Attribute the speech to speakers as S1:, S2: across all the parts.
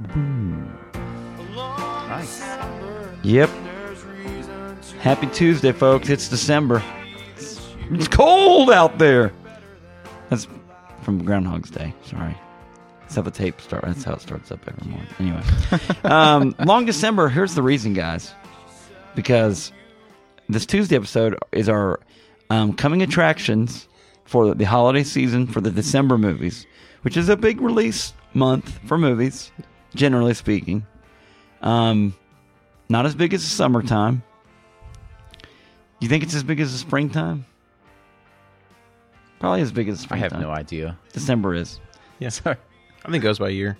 S1: Boom.
S2: Nice.
S1: Yep. Happy Tuesday, folks. It's December. It's cold out there. That's from Groundhog's Day. Sorry. That's how the tape start. That's how it starts up every morning. Anyway, um, long December. Here's the reason, guys. Because this Tuesday episode is our um, coming attractions for the holiday season for the December movies, which is a big release month for movies, generally speaking. Um, not as big as the summertime. You think it's as big as the springtime? Probably as big as
S2: I
S1: springtime.
S2: have no idea.
S1: December is.
S3: Yeah, sorry. I think it goes by year.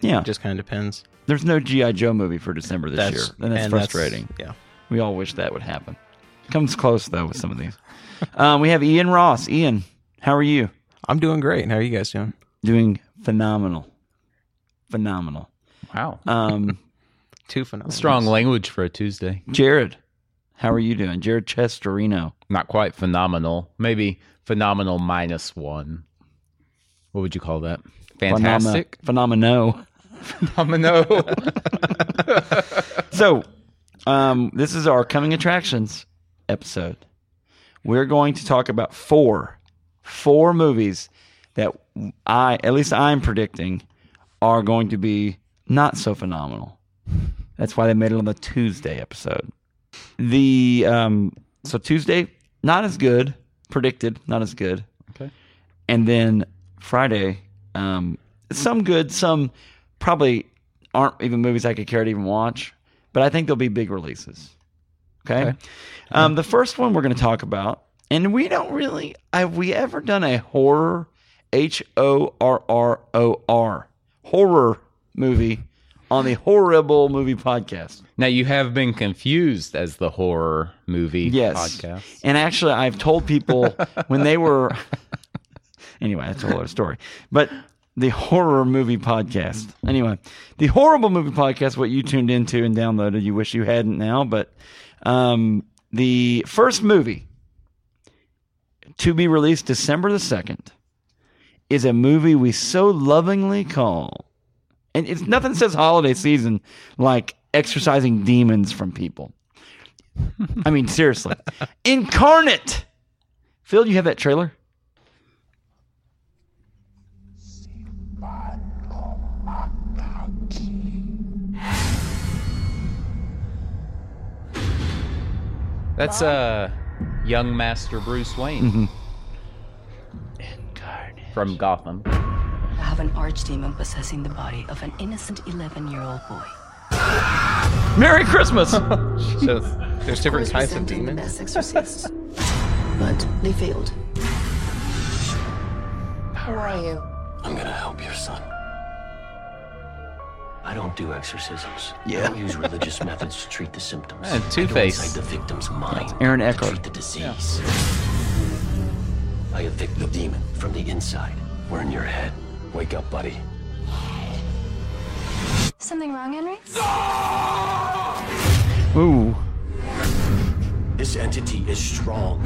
S1: Yeah.
S3: It just kind of depends.
S1: There's no GI Joe movie for December this year, and that's frustrating.
S3: yeah.
S1: we all wish that would happen. Comes close though with some of these. um, we have Ian Ross. Ian, how are you?
S3: I'm doing great. How are you guys doing?
S1: Doing phenomenal, phenomenal.
S2: Wow.
S1: Um,
S3: Two phenomenal.
S2: Strong language for a Tuesday.
S1: Jared, how are you doing? Jared Chesterino.
S2: Not quite phenomenal. Maybe phenomenal minus one. What would you call that? Fantastic.
S1: Phenomeno.
S2: Phenomenal.
S1: So, um, this is our coming attractions episode. We're going to talk about four, four movies that I, at least I'm predicting, are going to be not so phenomenal. That's why they made it on the Tuesday episode. The um, so Tuesday not as good predicted, not as good.
S2: Okay.
S1: and then Friday, um, some good, some probably aren't even movies I could care to even watch, but I think they'll be big releases. Okay.
S2: Okay.
S1: Um, the first one we're going to talk about, and we don't really have we ever done a horror, H O R R O R horror movie on the horrible movie podcast.
S2: now you have been confused as the horror movie
S1: Yes.
S2: podcast.
S1: And actually, I've told people when they were. Anyway, that's a whole other story. But the horror movie podcast. Anyway, the horrible movie podcast, what you tuned into and downloaded, you wish you hadn't now. But um, the first movie to be released December the 2nd is a movie we so lovingly call. And it's nothing says holiday season like exorcising demons from people. I mean, seriously. Incarnate. Phil, you have that trailer?
S2: That's uh young master Bruce Wayne
S1: Mm-hmm.
S2: from Gotham.
S4: I have an archdemon possessing the body of an innocent 11 year old boy.
S1: Merry Christmas.
S3: So there's different types of
S4: Representing the
S3: demons.
S4: best exorcists. but they failed. Who are you?
S5: I'm gonna help your son. I don't do exorcisms.
S1: Yeah.
S5: I don't use religious methods to treat the symptoms.
S2: Man,
S5: I go
S2: Two-Face.
S5: inside the victim's mind.
S1: Aaron
S5: to
S1: Eckhart.
S5: Treat the disease. I evict the demon from the inside. We're in your head. Wake up, buddy.
S6: Something wrong, Henry?
S1: Ooh.
S5: This entity is strong.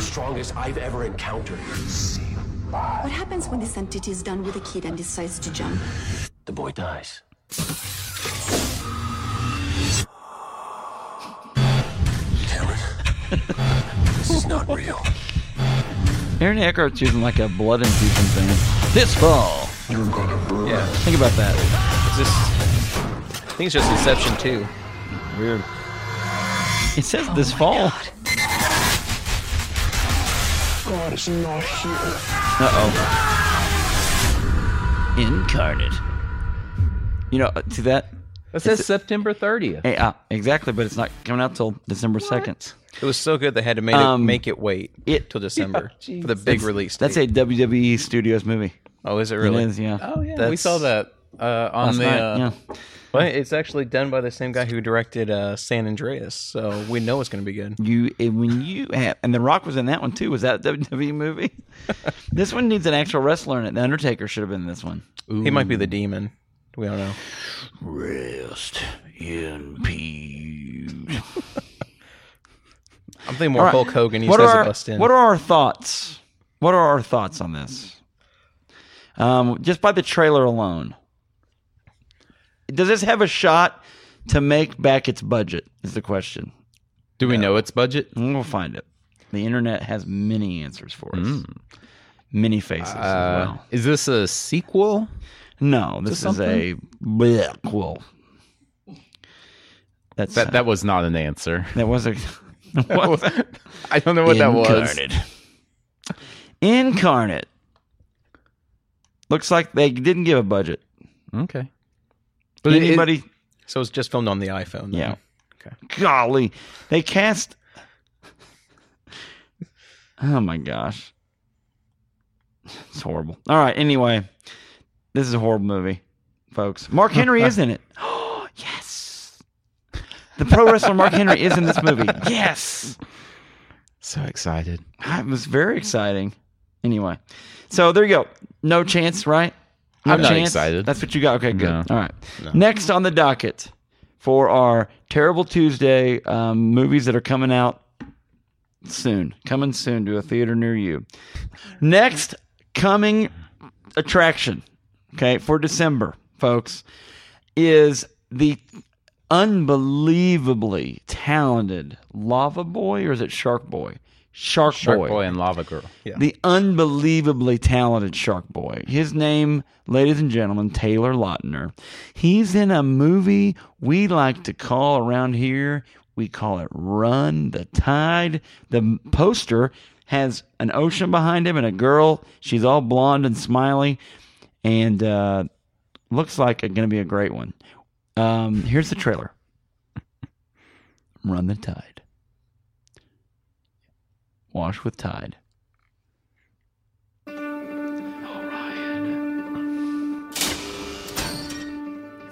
S5: Strongest I've ever encountered.
S6: What happens when this entity is done with a kid and decides to jump?
S5: The boy dies. Cameron, this is not real.
S1: Aaron Eckhart's using like a blood infusion thing. This fall.
S3: Yeah.
S1: Think about that.
S3: It's just, I think it's just Inception 2.
S1: Weird. It says this fall. Uh oh. Incarnate. You know, uh, see that?
S2: That says September 30th.
S1: Hey, uh, exactly, but it's not coming out till December 2nd.
S3: It was so good they had to make it,
S1: Um,
S3: make it wait
S1: it-
S3: till December for the big release.
S1: That's a
S3: date.
S1: WWE Studios movie.
S3: Oh, is it really?
S1: It is, yeah.
S2: Oh yeah, we
S3: That's-
S2: saw that uh, on
S1: Last
S2: the.
S1: night,
S2: uh,
S1: yeah.
S3: Well, it's actually done by the same guy who directed uh, San Andreas, so we know it's going to be good.
S1: You and when you have, and The Rock was in that one too. Was that a WWE movie? this one needs an actual wrestler in it. The Undertaker should have been in this one.
S3: He might be the demon. We don't know.
S1: Rest in peace.
S3: I'm thinking more Hulk Hogan. He
S1: what
S3: says
S1: are
S3: it
S1: our,
S3: bust in.
S1: What are our thoughts? What are our thoughts on this? Um, just by the trailer alone, Does this have a shot to make back its budget? Is the question.
S2: Do we know its budget?
S1: And We'll find it. The internet has many answers for us. Many faces
S2: Mm.
S1: as
S2: Uh,
S1: well.
S2: is this a sequel?
S1: No, this is a blech, well. That's
S2: That that was not an answer.
S1: that was a what
S2: I don't know what that was.
S1: Incarnate. Looks like they didn't give a budget.
S2: Okay. But it- it-
S1: Anybody?
S3: So it's just filmed on the iPhone.
S1: yeah.
S3: Okay.
S1: Golly, they cast. Oh my gosh, it's horrible. All right. Anyway, this is a horrible movie, folks. Mark Henry is in it. yes. The pro wrestler Mark Henry is in this movie. Yes.
S2: so excited.
S1: It was very exciting. Anyway, so there you go. No chance, right? No
S2: I'm not
S1: chance?
S2: excited.
S1: That's what you got. Okay, good.
S2: No.
S1: All right. Next on the docket for our terrible Tuesday um, movies that are coming out soon, coming soon to a theater near you. Next coming attraction, okay, for December, folks, is the unbelievably talented Lava Boy, or is it Shark Boy? Shark,
S2: Shark Boy, and Lava Girl.
S1: the unbelievably talented Shark Boy. His name, ladies and gentlemen, Taylor Lautner. He's in a movie we like to call around here, we call it Run the Tide. The poster has an ocean behind him and a girl. She's all blonde and smiley and uh, looks like it's going to be a great one. Um, here's the trailer Run the Tide. Wash with Tide.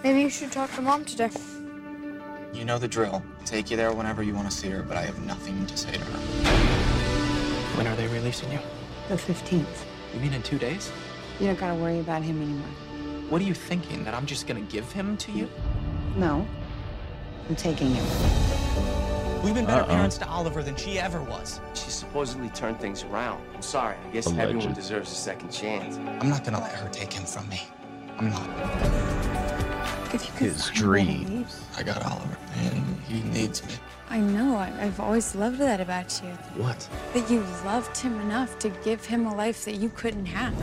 S7: Maybe you should talk to mom today.
S8: You know the drill. Take you there whenever you want to see her, but I have nothing to say to her.
S5: When are they releasing you?
S4: The 15th.
S8: You mean in two days?
S4: You don't gotta worry about him anymore.
S8: What are you thinking? That I'm just gonna give him to you?
S4: No. I'm taking him.
S8: We've been better parents to Oliver than she ever was.
S5: She supposedly turned things around. I'm sorry. I guess
S2: Alleged.
S5: everyone deserves a second chance.
S8: I'm not gonna let her take him from me. I'm not.
S7: If you could
S2: His
S7: find a way to
S2: dreams.
S7: leave.
S8: I got Oliver, and he needs me.
S7: I know. I, I've always loved that about you.
S5: What?
S7: That you loved him enough to give him a life that you couldn't have.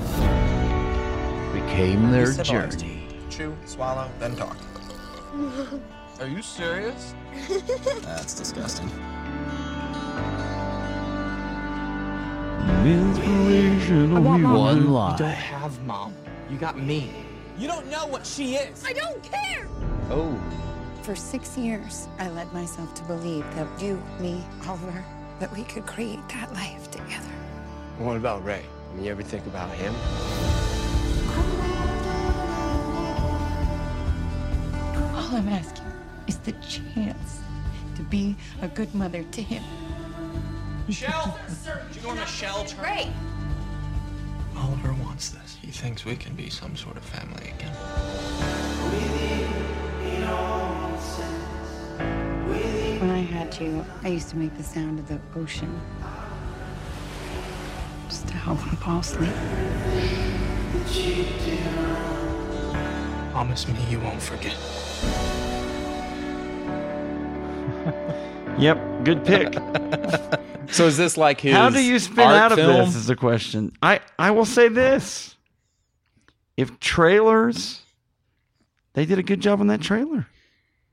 S2: Became their
S8: Just have ours.
S2: journey.
S8: Chew, swallow, then talk. Are you serious? That's disgusting.
S1: Inspirational
S2: One
S8: You don't
S2: lie.
S8: have mom. You got me. You don't know what she is.
S7: I don't care!
S2: Oh.
S7: For six years, I led myself to believe that you, me, Oliver, that we could create that life together.
S5: What about Ray? I mean, you ever think about him?
S7: All I'm asking is the chance to be a good mother to him.
S8: Michelle! Do you know where Michelle turned?
S7: Right.
S8: Oliver wants this. He thinks we can be some sort of family again.
S4: When I had you, I used to make the sound of the ocean. Just to help him fall asleep.
S8: Promise me you won't forget.
S1: Yep, good pick.
S2: So is this like his?
S1: How do you spin
S2: art
S1: out of
S2: film?
S1: this? Is the question. I I will say this: if trailers, they did a good job on that trailer.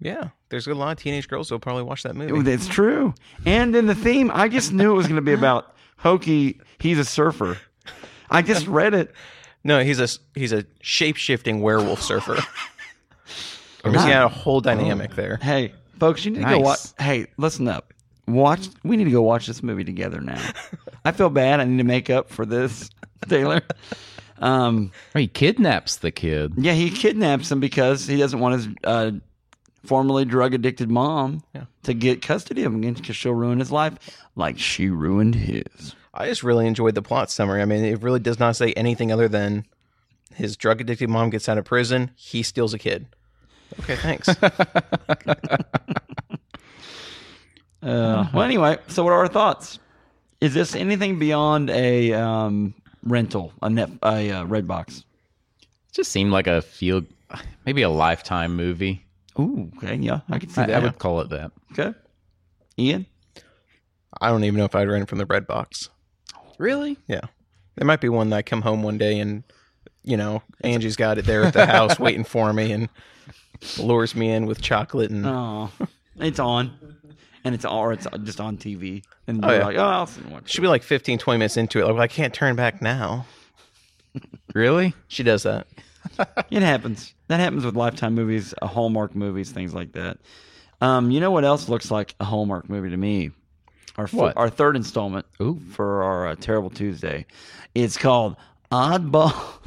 S3: Yeah. There's a lot of teenage girls who'll probably watch that movie.
S1: It's true. And then the theme, I just knew it was going to be about Hokey. He's a surfer. I just read it.
S3: No, he's a he's a shape shifting werewolf surfer. We're seeing a whole dynamic there.
S1: Hey, folks, you need to go watch.
S2: Nice.
S1: Hey, listen up. Watch. We need to go watch this movie together now. I feel bad. I need to make up for this, Taylor. Um.
S2: He kidnaps the kid.
S1: Yeah, he kidnaps him because he doesn't want his uh, formerly drug addicted mom to get custody of him because she'll ruin his life like she ruined his.
S3: I just really enjoyed the plot summary. I mean, it really does not say anything other than his drug addicted mom gets out of prison, he steals a kid. Okay, thanks.
S2: Uh-huh.
S1: Uh, well, anyway, so what are our thoughts? Is this anything beyond a um, rental, a net, a uh, red box?
S2: Just seemed like a feel maybe a lifetime movie.
S1: Ooh, okay, yeah, I can see
S2: I,
S1: that.
S2: I would call it that.
S1: Okay, Ian.
S3: I don't even know if I'd rent it from the red box.
S2: Really?
S3: Yeah. There might be one that I come home one day and, you know, Angie's got it there at the house waiting for me and lures me in with chocolate and
S1: Oh, it's on, and it's or it's just on TV, and
S3: Oh,
S1: you're
S3: yeah.
S1: like, oh, I'll sit and watch.
S3: she'll be like 15, 20 minutes into it. Like, well, I can't turn back now.
S2: Really?
S3: She does that.
S1: It happens. That happens with Lifetime movies, uh, Hallmark movies, things like that. Um, you know what else looks like a Hallmark movie to me? Our fo-
S2: What?
S1: our third installment for our uh, Terrible Tuesday. It's called Oddball,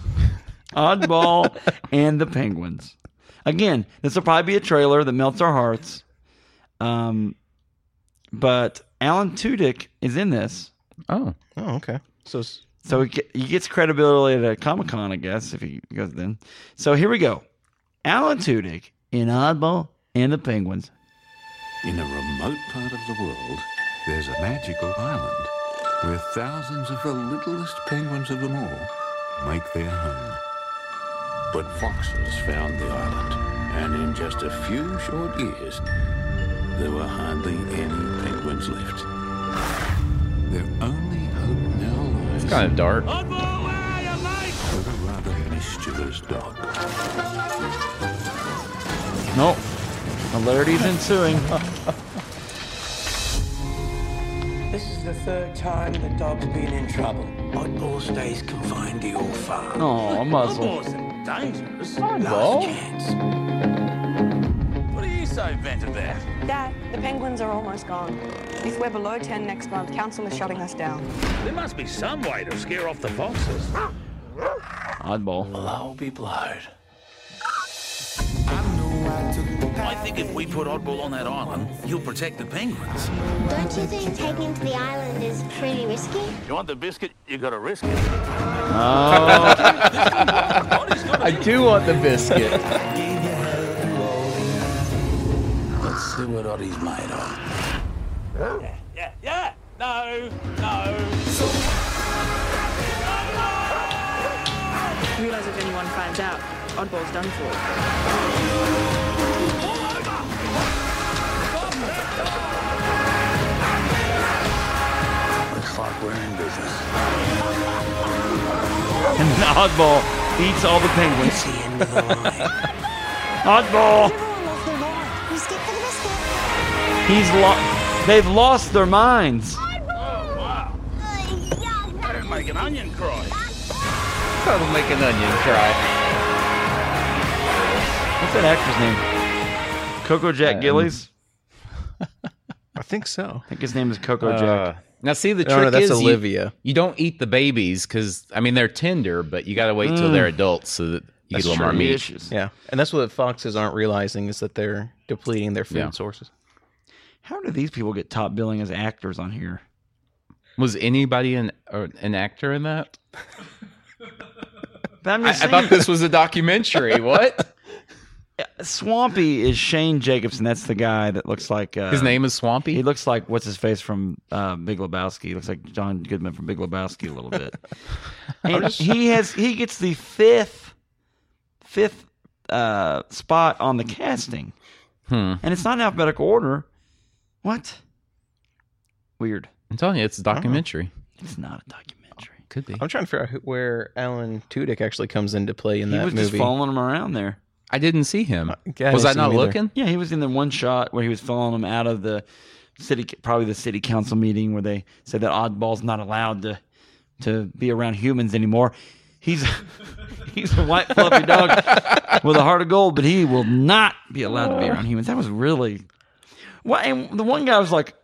S1: Oddball, and the Penguins. Again, this will probably be a trailer that melts our hearts. Um, but Alan Tudyk is in this.
S2: Oh,
S3: Oh, okay. So it's
S1: So he, ge- he gets credibility at a Comic Con, I guess, if he goes then. So here we go. Alan Tudyk in Oddball and the Penguins.
S9: In a remote part of the world, there's a magical island where thousands of the littlest penguins of them all make their home. But foxes found the island, and in just a few short years, there were hardly any penguins left. Their only hope now lies
S2: it's kind of dark.
S9: with a rather mischievous dog.
S1: Nope. Hilarity's ensuing.
S5: This is the third time the dog's been in trouble. Oddball stays confined to your farm.
S1: Oh, a muzzle.
S5: dangerous.
S2: Oddball?
S5: chance. What are you so bent about?
S10: Dad, the penguins are almost gone. If we're below 10 next month, council is shutting us down.
S5: There must be some way to scare off the foxes.
S1: Oddball.
S5: Well, I'll be blowed. I think if we put Oddball on that island, he'll protect the penguins.
S11: Don't you think taking him to the island is pretty risky?
S5: You want the biscuit? You gotta risk it.
S2: I do want the biscuit.
S5: Let's see what Oddie's made of. Yeah, yeah, yeah. No, no.
S10: Realize if anyone finds out, Oddball's done for.
S5: Looks like we're in business.
S1: And Oddball eats all the penguins.
S5: The end of the line.
S1: Oddball.
S6: Everyone lost their mind. You stick for the biscuit.
S1: He's lost. They've lost their minds.
S5: That'd make an onion cry.
S2: That'll make an onion cry.
S1: What's that actor's name? Coco
S2: Uh,
S1: Jack Gillies?
S3: I think so.
S1: I think his name is Coco
S2: Uh,
S1: Jack.
S2: now see the
S3: No,
S2: trick
S3: no, that's
S2: is you-
S3: Olivia.
S2: You, don't eat the babies because I mean they're tender, but you got to wait
S3: Mm.
S2: till they're adults so that you get a little more meat.
S1: Issues.
S3: Yeah. And that's what foxes aren't realizing is that they're depleting their food
S2: Yeah.
S3: sources.
S1: How do these people get top billing as actors on here?
S2: Was anybody an or an actor in that?
S1: But I'm
S2: I, I
S1: just saying,
S2: thought this was a documentary. What?
S1: Swampy is Shane Jacobson. That's the guy that looks like uh,
S2: His name is Swampy.
S1: He looks like what's his face from uh, Big Lebowski. He looks like John Goodman from Big Lebowski a little bit. and he has he gets the fifth fifth uh, spot on the casting, and it's not in alphabetical order. What? Weird.
S2: I'm telling you, it's a documentary.
S1: It's not a documentary.
S2: Could be.
S3: I'm trying to figure out who, where Alan Tudyk actually comes into play in
S1: He
S3: that
S1: was just
S3: movie.
S1: following him around there.
S2: I didn't see him.
S3: yeah, I
S2: was I
S3: didn't
S2: not
S3: see him either.
S2: looking?
S1: Yeah, he was in the one shot where he was following them out of the city, probably the city council meeting where they said that Oddball's not allowed to to be around humans anymore. He's he's a white fluffy dog with a heart of gold, but he will not be allowed to be around humans. That was really well. And the one guy was like,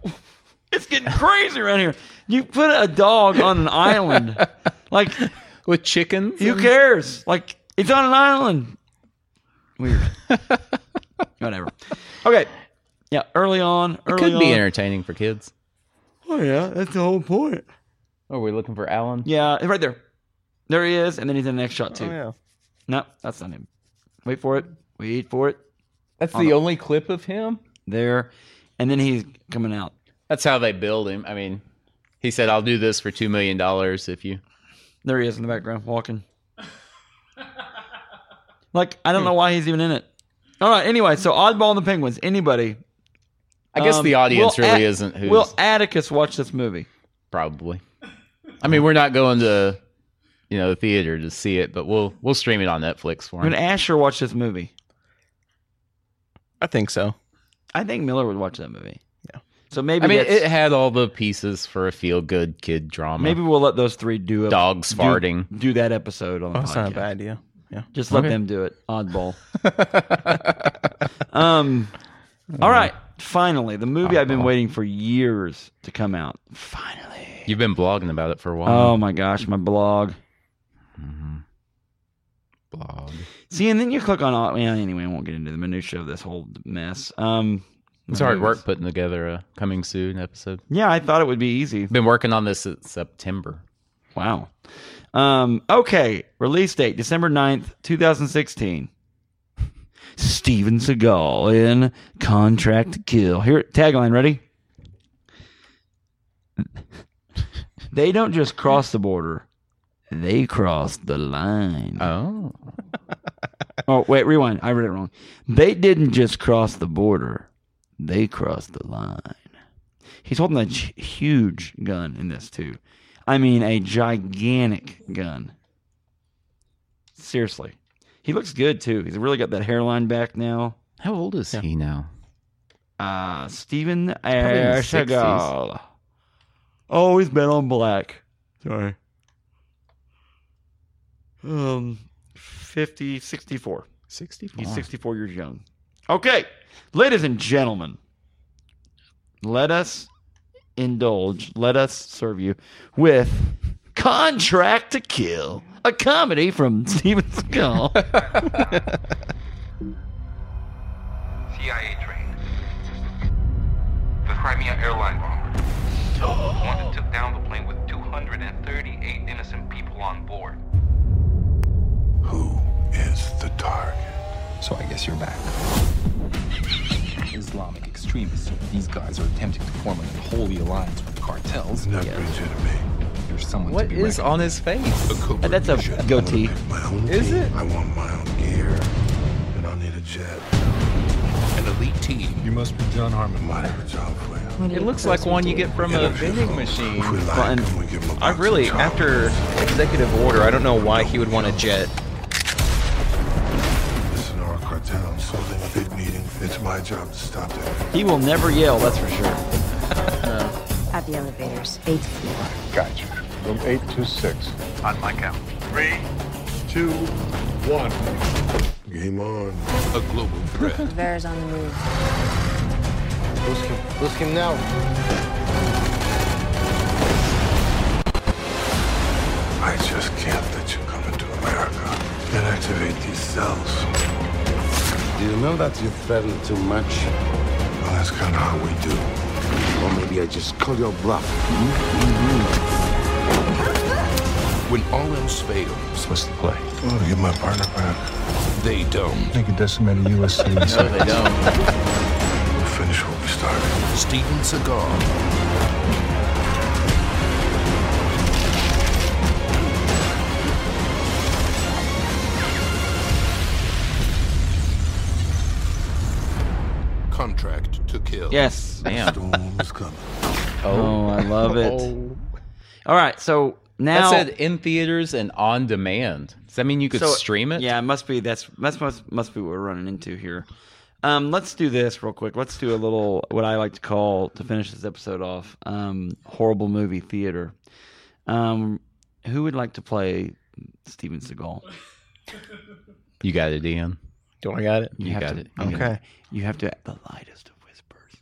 S1: "It's getting crazy around here. You put a dog on an island, like
S2: With chickens?
S1: who cares? Like it's on an island. Weird. Whatever. Okay. Yeah. Early on. Early
S2: Could
S1: on.
S2: be entertaining for kids.
S1: Oh yeah, that's the whole point.
S2: Oh, we're looking for Alan.
S1: Yeah, right there. There he is, and then he's in the next shot too.
S3: Oh, yeah.
S1: No, that's not him. Wait for it. Wait for it.
S2: That's the only clip of him.
S1: There, and then he's coming out.
S2: That's how they build him. I mean, he said, "I'll do this for two million dollars if you."
S1: There he is in the background walking. Like, I don't know why he's even in it. All right. Anyway, so Oddball and the Penguins. Anybody? Um,
S2: I
S3: Um,
S2: guess the audience
S1: will
S2: really isn't who's-
S1: Will Atticus watch this movie?
S2: probably. I mean, we're not going to you know the theater to see it, but we'll we'll stream it on Netflix for
S1: Would
S2: him.
S1: Asher watch this movie?
S3: I think so.
S1: I think Miller would watch that movie. Yeah. So maybe
S2: I mean,
S1: that's-
S2: it had all the pieces for a feel good kid drama.
S1: maybe we'll let those three do a,
S2: Dogs
S1: do-
S2: farting.
S1: Do, that episode on. the
S3: Oh, that's not a
S1: podcast.
S3: bad idea. Yeah.
S1: Just let
S3: Okay.
S1: them do it. Oddball. um.
S3: Mm.
S1: All right. Finally, the movie I've been waiting for years to come out.
S2: You've been blogging about it for a while.
S1: Oh my gosh, my blog.
S2: Blog.
S1: See, and then you click on. all- Well, anyway, I won't get into the minutia of this whole mess. Um,
S2: It's
S1: my
S2: hard
S1: movies.
S2: work putting together a coming soon episode.
S1: Yeah, I thought it would be easy.
S2: Been working on this since September.
S1: Wow. Um, okay, release date December 9th, 2016. Steven Seagal in Contract to Kill. Here, tagline, ready? they don't just cross the border, they cross the line.
S2: Oh.
S1: oh, wait, rewind. I read it wrong. They didn't just cross the border, they crossed the line. He's holding a ch- huge gun in this too. I mean, a gigantic gun. Seriously, he looks good too. He's really got that hairline back now.
S2: How old is he now?
S1: Uh Steven
S2: probably in his
S1: Seagal. Oh, he's been on black. Sorry. Um, 50, 64.
S2: 64.
S1: He's 64 years young. Okay, ladies and gentlemen, let us indulge, let us serve you with Contract to Kill, a comedy from Steven Seagal.
S12: CIA train. The Crimea airline bomber. One that took down the plane with 238 innocent people on board.
S9: Is the target.
S8: So I guess you're back. Islamic extremists. These guys are attempting to form an unholy alliance with the cartels. Not There's someone
S2: What
S8: to be
S2: is on his face?
S1: That's a goatee.
S8: Is it?
S9: I want my own gear, and I'll need a jet. An elite team. You must be John Harmon. Might have a job for you.
S2: It looks like one you get from a vending machine.
S3: I really, after executive order, I don't know why he would want a jet.
S9: Sonora cartel. Something big meeting. It's my job to stop that.
S1: he will never yell, that's for sure.
S13: At the elevators, eighth floor.
S9: Gotcha. From eight to six. On my count. Three, two, one. Game on. A global threat.
S13: Vera's on the move.
S9: Risk him. Risk him now. I just can't let you come into America and activate these cells. Do you know that you threaten too much? Well, that's kind of how we do. Or maybe I just call your bluff.
S8: When all else fails, what's the play?
S9: I want to get my partner back.
S8: They don't.
S9: They could decimate a U.S.
S8: No, they don't.
S9: We'll finish what we started.
S8: Steven Seagal.
S9: Contract to kill.
S1: Yes. Damn.
S9: Storm's coming.
S1: Oh, I love it.
S2: Oh.
S1: All right, so now.
S2: that said in theaters and on demand. Does that mean you could
S1: So-
S2: stream it?
S1: Yeah, it must be that's that's must must be what we're running into here. Um, let's do this real quick. Let's do a little what I like to call to finish this episode off. Um, horrible movie theater. Um, who would like to play Steven Seagal?
S2: You got it, Ian.
S3: Do I got it?
S1: You,
S2: got
S1: to,
S2: it.
S1: you
S2: Okay.
S1: gotta- You have to the lightest of whispers.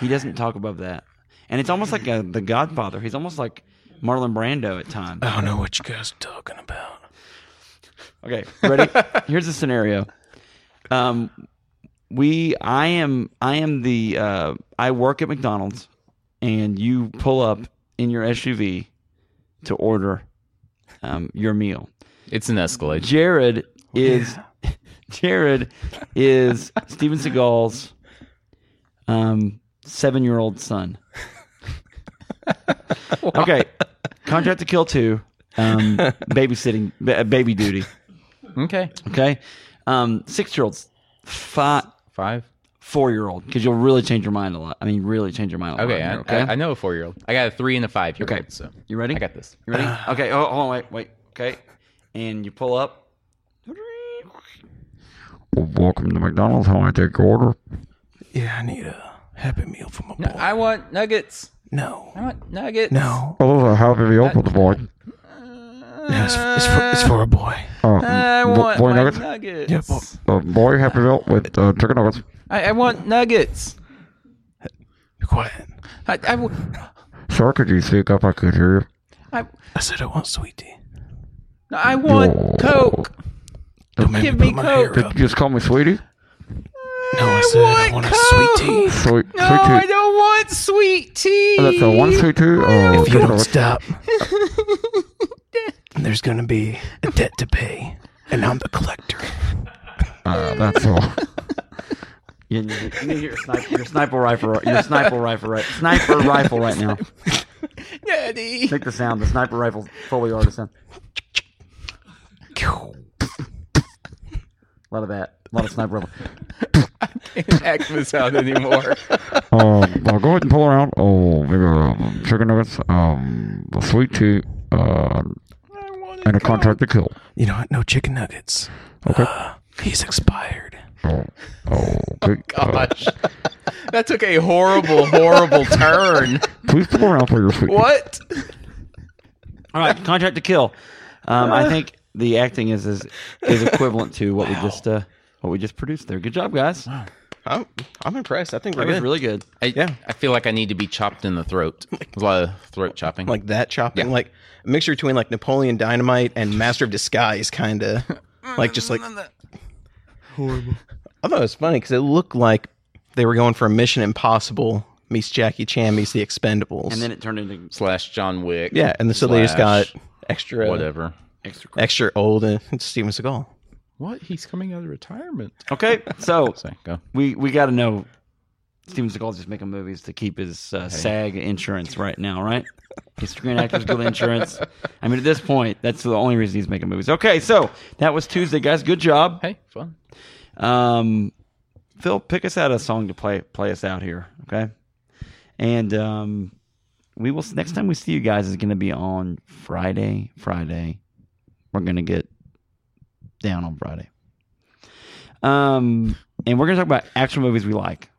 S1: He doesn't talk above that, and it's almost like a, the Godfather. He's almost like Marlon Brando at times.
S3: I don't know what you guys are talking about.
S1: Okay, ready? Here's the scenario. Um, we, I am, I am the, uh, I work at McDonald's, and you pull up in your SUV to order um, your meal.
S2: It's an Escalade.
S1: Jared is, Jared is Steven Seagal's um, seven-year-old son. okay, Contract to Kill two, um, babysitting, ba- baby duty.
S2: Okay.
S1: Okay. Um, six year olds, five,
S2: five,
S1: four year old, because you'll really change your mind a lot. I mean, really change your mind. A
S2: Okay,
S1: lot
S2: I,
S1: here, okay.
S2: I, I know a four year old. I got a three and a five year old.
S1: Okay.
S2: So
S1: you ready?
S2: I got this.
S1: You ready? okay. Oh, hold on. Wait. Wait. Okay. And you pull up. Welcome to McDonald's. How I take order?
S3: Yeah, I need a happy meal for my
S2: No, I want nuggets.
S3: No.
S2: I want nuggets.
S3: No.
S1: Oh, those are happy meal for the boy.
S3: it's, it's, for, it's for a boy.
S2: I
S3: Mm,
S2: want my nuggets.
S3: Yeah, boy.
S1: Uh, boy happy meal with uh, chicken nuggets.
S2: I, I want nuggets.
S3: Be quiet.
S2: I, I, w-
S1: Sir, could you speak up? I could hear
S2: I,
S3: I said I want sweet tea.
S2: I want Coke.
S3: Don't make
S2: Give
S3: put
S2: me
S3: my
S2: Coke.
S3: hair
S1: you.
S3: up.
S1: Did you just call me sweetie?
S3: No, I said I want a sweet tea.
S1: Sweet,
S2: No,
S1: sweet
S2: I
S1: tea. Oh,
S2: don't want sweet tea.
S1: That's a one, sweet two. Uh,
S3: If you
S1: chicken
S3: don't
S1: nuggets.
S3: stop, there's going to be a debt to pay, and I'm the collector.
S1: Uh, that's all. You need, you need your, sniper, your sniper rifle, your sniper rifle, right? Sniper rifle right now.
S2: Daddy.
S1: Make the sound. The sniper rifle's fully artisan. A lot of that. A lot of sniper rifle.
S2: Can't act this out anymore.
S1: Um, I'll go ahead and pull her out. Oh, maybe um, chicken nuggets, um, a sweet tea, uh, and a contract to kill.
S3: You know what? No chicken nuggets. Okay. he's expired.
S1: Oh, oh, okay. Uh,
S2: Gosh. That took a horrible, horrible turn.
S1: please pull her out for your sweet.
S2: What?
S1: All right, contract to kill. Um, I think the acting is is, is equivalent to what we just uh, what we just produced there. Good job, guys.
S3: I'm, I'm impressed. I think we're
S1: That was
S3: good.
S1: really good.
S2: I, I feel like I need to be chopped in the throat. There's a lot of throat chopping.
S3: like that chopping, like a mixture between like Napoleon Dynamite and Master of Disguise, kind of like just like
S1: Mm-hmm.
S3: horrible. I thought it was funny because it looked like they were going for a Mission Impossible meets Jackie Chan meets The Expendables,
S1: And then it turned into
S2: slash John Wick.
S3: yeah, and so they just
S2: slash
S3: got extra
S2: whatever.
S1: extra. credit.
S3: extra old and it's Steven Seagal.
S2: What? He's coming out of retirement.
S1: Okay, so
S2: Sorry, go.
S1: we we got to know Steven Seagal's just making movies to keep his uh, SAG insurance right now, right? His Screen Actors Guild insurance. I mean, at this point, that's the only reason he's making movies. Okay, so that was Tuesday, guys. Good job.
S2: Hey, fun.
S1: Um, Phil, pick us out a song to play play us out here, okay? And um, we will next time we see you guys is going to be on Friday. Friday, we're going to get down on Friday. Um, and we're going to talk about action movies we like.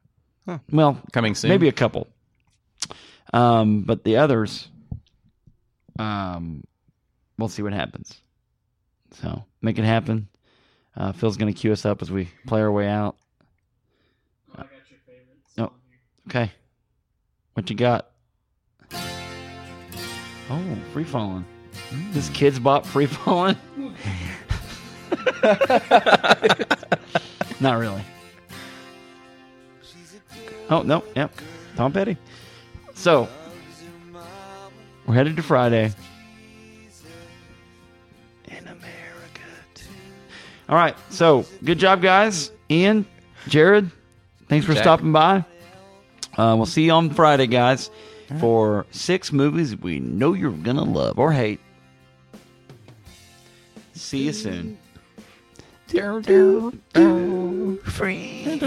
S1: Well,
S2: Coming soon.
S1: maybe a couple. Um, but the others, um, we'll see what happens. So make it happen. Uh, Phil's going to cue us up as we play our way out. I got your favorite. Oh, okay. What you got? Oh, free falling. This kid's bop free falling. Not really. Oh no, yep. Tom Petty. So we're headed to Friday. In America too. All right. So good job, guys. Ian, Jared, thanks for
S2: Jack.
S1: stopping by. Uh, we'll see you on Friday, guys, for six movies we know you're gonna love or hate. See you soon.
S2: Free.